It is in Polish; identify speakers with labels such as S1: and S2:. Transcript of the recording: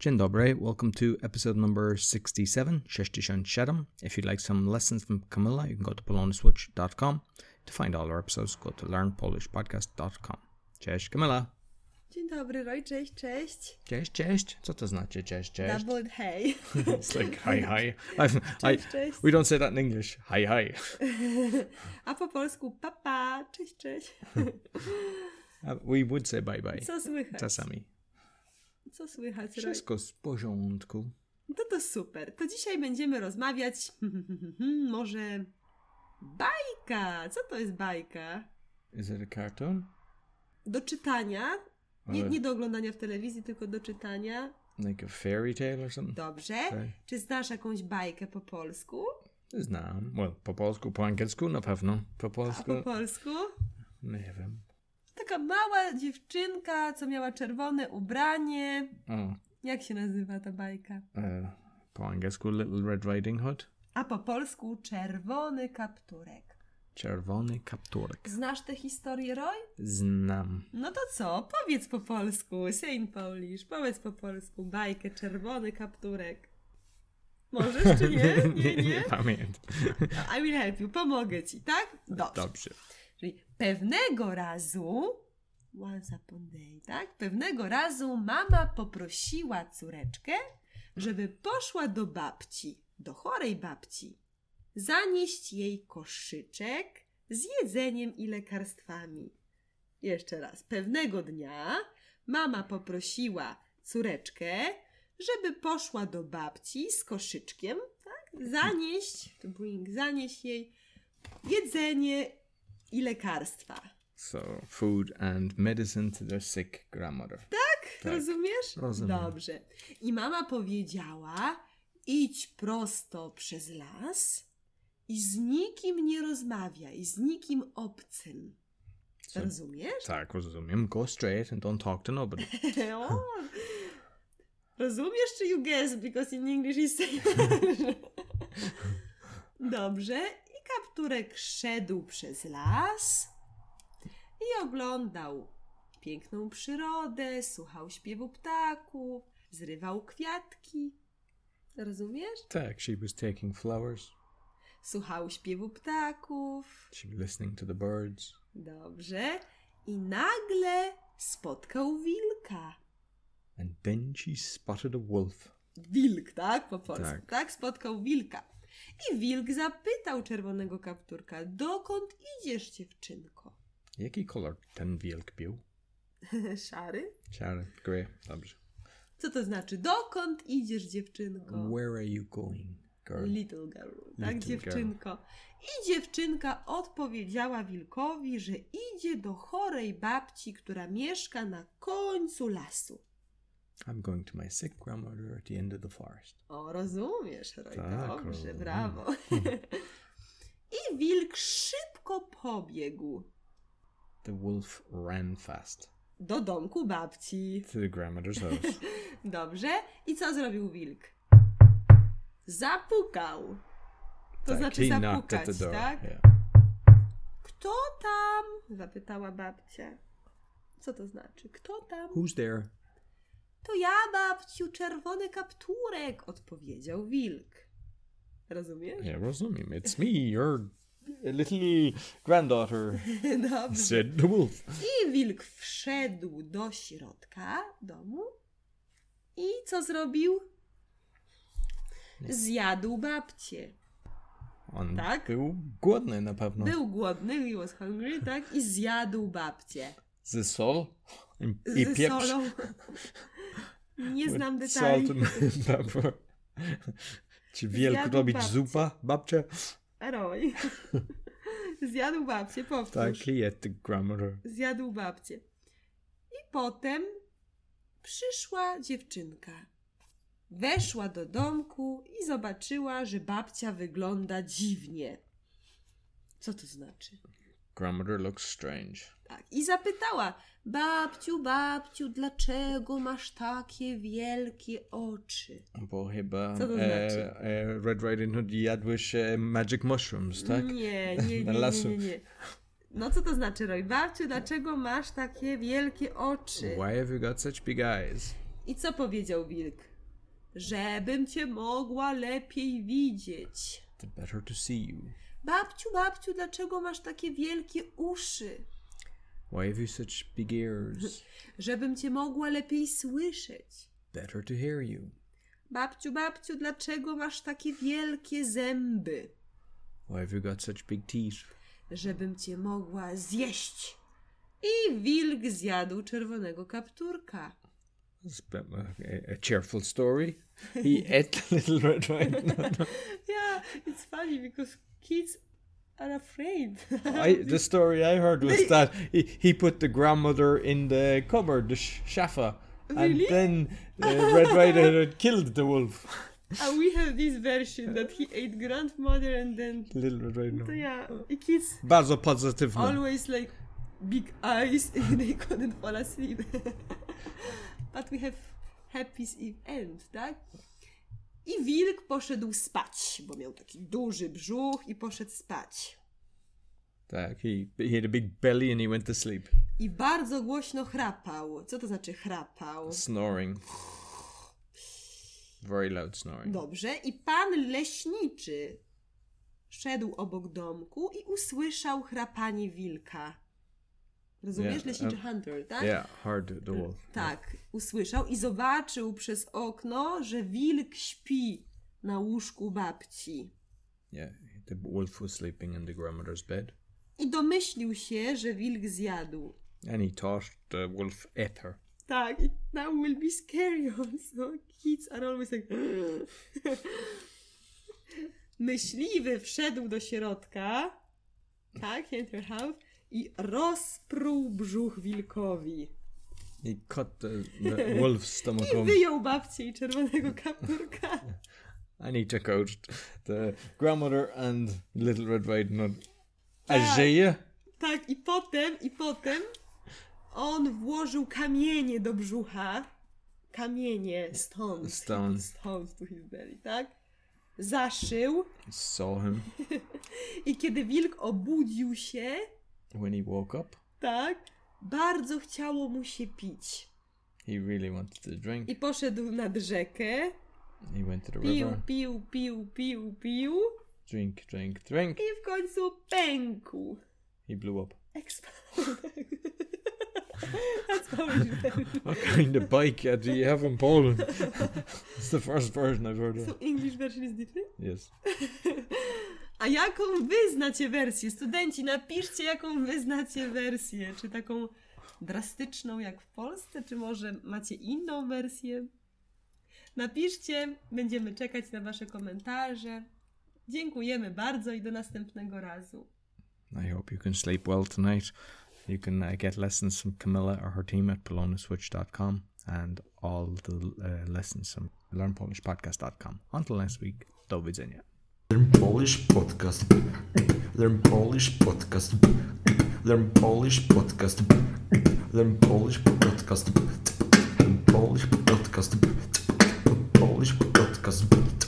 S1: Dzień dobry, welcome to episode number 67, 67. If you'd like some lessons from Camilla, you can go to polonaswitch.com. To find all our episodes, go to learnpolishpodcast.com. Cześć Camilla.
S2: Dzień dobry, Roy, cześć, cześć.
S1: Cześć, cześć. Co to znaczy cześć, cześć?
S2: Double hey.
S1: It's like hi, hi. I've,
S2: Cześć, cześć.
S1: We don't say that in English. Hi, hi.
S2: A po polsku papa, cześć, cześć.
S1: Uh, We would say bye bye.
S2: Co słychać?
S1: Czasami.
S2: Co słychać, Roy?
S1: Wszystko z porządku.
S2: No to super. To dzisiaj będziemy rozmawiać może bajka. Co to jest bajka?
S1: Is it a cartoon?
S2: Do czytania. Nie,
S1: Ale-
S2: nie do oglądania w telewizji, tylko do czytania.
S1: Like a fairy tale or something?
S2: Dobrze.
S1: Tak.
S2: Czy znasz jakąś bajkę po polsku?
S1: Znam. Well, po polsku, po angielsku na pewno. Po
S2: A
S1: polsku
S2: po polsku?
S1: nie wiem.
S2: Taka mała dziewczynka, co miała czerwone ubranie.
S1: O,
S2: Jak się nazywa ta bajka?
S1: e, Oh, po angielsku Little Red Riding Hood.
S2: A po polsku czerwony kapturek.
S1: Czerwony kapturek.
S2: Znasz tę historię, Roy?
S1: Znam.
S2: No to co? Powiedz po polsku, Saint Polish. Powiedz po polsku bajkę czerwony kapturek. Możesz czy nie? Nie, nie?
S1: pamiętam.
S2: I will help you. Pomogę ci, tak? Dobrze.
S1: Dobrze.
S2: Czyli pewnego razu, once upon a day, tak? Pewnego razu mama poprosiła córeczkę, żeby poszła do babci, do chorej babci, zanieść jej koszyczek z jedzeniem i lekarstwami. Jeszcze raz, pewnego dnia mama poprosiła córeczkę, żeby poszła do babci z koszyczkiem, tak? Zanieść, to bring, zanieść jej jedzenie i lekarstwa.
S1: So, food and medicine to their sick grandmother. Tak.
S2: Rozumiesz?
S1: Rozumiem.
S2: Dobrze. I mama powiedziała: idź prosto przez las i z nikim nie rozmawiaj, z nikim obcym.
S1: So,
S2: Rozumiesz?
S1: tak, rozumiem. Go straight and don't talk to nobody.
S2: o. Rozumiesz, czy you guess? Because in English is Dobrze. I kapturek szedł przez las i oglądał piękną przyrodę, słuchał śpiewu ptaków, zrywał kwiatki. Rozumiesz?
S1: tak, she was taking flowers.
S2: Słuchał śpiewu ptaków.
S1: She was listening to the birds.
S2: Dobrze. I nagle spotkał wilka.
S1: And then she spotted a wolf.
S2: wilk, tak? Po polsku,
S1: Tak.
S2: tak. Spotkał wilka. I wilk zapytał czerwonego kapturka, dokąd idziesz, dziewczynko?
S1: Jaki kolor ten wilk był?
S2: Szary?
S1: Szary, grey. Dobrze.
S2: Co to znaczy? Dokąd idziesz, dziewczynko?
S1: Where are you going, girl?
S2: Little girl, tak,
S1: Little
S2: dziewczynko. I dziewczynka odpowiedziała wilkowi, że idzie do chorej babci, która mieszka na końcu lasu.
S1: I'm going to my sick grandmother at the end of the forest.
S2: O, rozumiesz, Roy,
S1: Tak,
S2: dobrze,
S1: rozumiem.
S2: brawo. I wilk szybko pobiegł
S1: The wolf ran fast
S2: do domku babci.
S1: to the grandmother's house.
S2: Dobrze. I co zrobił wilk? Zapukał. To
S1: Tak,
S2: znaczy
S1: he knocked at
S2: zapukać,
S1: the door.
S2: tak?
S1: Yeah.
S2: Kto tam? Zapytała babcia. Co to znaczy? Kto tam?
S1: Who's there?
S2: To ja, babciu, czerwony kapturek, odpowiedział wilk. Rozumiesz?
S1: Yeah, rozumiem. It's me, your little granddaughter,
S2: Dobrze.
S1: said the wolf.
S2: I wilk wszedł do środka domu i co zrobił? Zjadł babcię.
S1: On
S2: Tak?
S1: był głodny na pewno.
S2: Był głodny, he was hungry, tak? I zjadł babcię.
S1: Ze sol i, i
S2: Ze
S1: pieprz.
S2: solą. Nie
S1: with
S2: znam detali.
S1: Salt and pepper. Czy wielk
S2: Zjadł
S1: robić
S2: babcię.
S1: zupa, babcia?
S2: Roy. Zjadł babcię, powtórz.
S1: Tak, he ate the grandmother.
S2: Zjadł babcię. I potem przyszła dziewczynka. Weszła do domku i zobaczyła, że babcia wygląda dziwnie. Co to znaczy?
S1: Grandmother looks strange.
S2: Tak. I zapytała: Babciu, babciu, dlaczego masz takie wielkie oczy?
S1: Bo chyba
S2: Co to
S1: e,
S2: znaczy?
S1: e, Red Riding Hood jadłeś e, Magic Mushrooms, tak?
S2: Nie, nie, nie,
S1: Na
S2: nie,
S1: lasu.
S2: nie, nie. No co to znaczy, Roy? Babciu, dlaczego masz takie wielkie oczy?
S1: Why have you got such big eyes?
S2: I co powiedział wilk? Żebym cię mogła lepiej widzieć.
S1: The better to see you.
S2: Babciu, babciu, dlaczego masz takie wielkie uszy?
S1: Why have you such big ears?
S2: Żebym cię mogła lepiej słyszeć.
S1: Better to hear you.
S2: Babciu, babciu, dlaczego masz takie wielkie zęby?
S1: Why have you got such big teeth?
S2: Żebym cię mogła zjeść. I wilk zjadł czerwonego kapturka.
S1: It's a, bit, uh, a- a cheerful story. He ate the little red riding hood.
S2: Yeah, it's funny because kids are afraid.
S1: I, the story I heard was that he, he put the grandmother in the cupboard, the sh- Shafa,
S2: Really?
S1: and then uh, Red Riding Hood killed the wolf.
S2: And Uh, we have this version that he ate grandmother and then
S1: Little Red Riding
S2: so
S1: Hood.
S2: yeah, the kids
S1: Vasopositive. man.
S2: always like big eyes and they couldn't fall asleep. But we have happy s- end, tak? I wilk poszedł spać, bo miał taki duży brzuch i poszedł spać.
S1: Tak, he, he had a big belly and he went to sleep,
S2: I bardzo głośno chrapał. Co to znaczy chrapał?
S1: snoring. Very loud snoring.
S2: Dobrze, i pan leśniczy szedł obok domku i usłyszał chrapanie wilka. Rozumiesz?
S1: Yeah,
S2: Leśniczy
S1: um,
S2: Hunter, tak?
S1: Yeah, hard the wolf.
S2: Tak, usłyszał i zobaczył przez okno, że wilk śpi na łóżku babci.
S1: Yeah, the wolf was sleeping in the grandmother's bed.
S2: I domyślił się, że wilk zjadł.
S1: And he thought the wolf ate her.
S2: Tak, it now will be scary also. Kids are always like... Myśliwy wszedł do środka, tak, enter house, i rozpruł brzuch wilkowi.
S1: He cut the, the wolf's stomach
S2: I
S1: open.
S2: wyjął babcię i czerwonego kapturka.
S1: And he took out the grandmother and Little Red Riding Hood.
S2: Tak.
S1: Isaiah?
S2: Tak, i potem, i potem on włożył kamienie do brzucha. Kamienie, stąd.
S1: Stone.
S2: Stąd tu his belly, tak? Zaszył
S1: Saw him
S2: i kiedy wilk obudził się,
S1: when he woke up.
S2: tak, bardzo chciało mu się pić.
S1: He really wanted to drink.
S2: I poszedł nad rzekę,
S1: He went to the
S2: pił,
S1: river.
S2: pił, pił, pił, pił
S1: Drink, drink, drink.
S2: i w końcu pękł.
S1: He blew up.
S2: Eksplodowałem. That's how it happened.
S1: What kind of bike uh, do you have in Poland? it's the first version I've heard
S2: So
S1: of.
S2: English version is different?
S1: Yes.
S2: A jaką wy znacie wersję? Studenci, napiszcie, jaką wy znacie wersję. Czy taką drastyczną jak w Polsce, czy może macie inną wersję? Napiszcie, będziemy czekać na wasze komentarze. Dziękujemy bardzo i do następnego razu.
S1: I hope you can sleep well tonight. You can uh, get lessons from Camilla or her team at polonaswitch.com and all the uh, lessons from learnpolishpodcast.com. Until next week, do widzenia.
S3: Learn Polish podcast. Learn Polish podcast. Learn Polish podcast. Learn Polish podcast. Learn Polish podcast. Learn Polish podcast.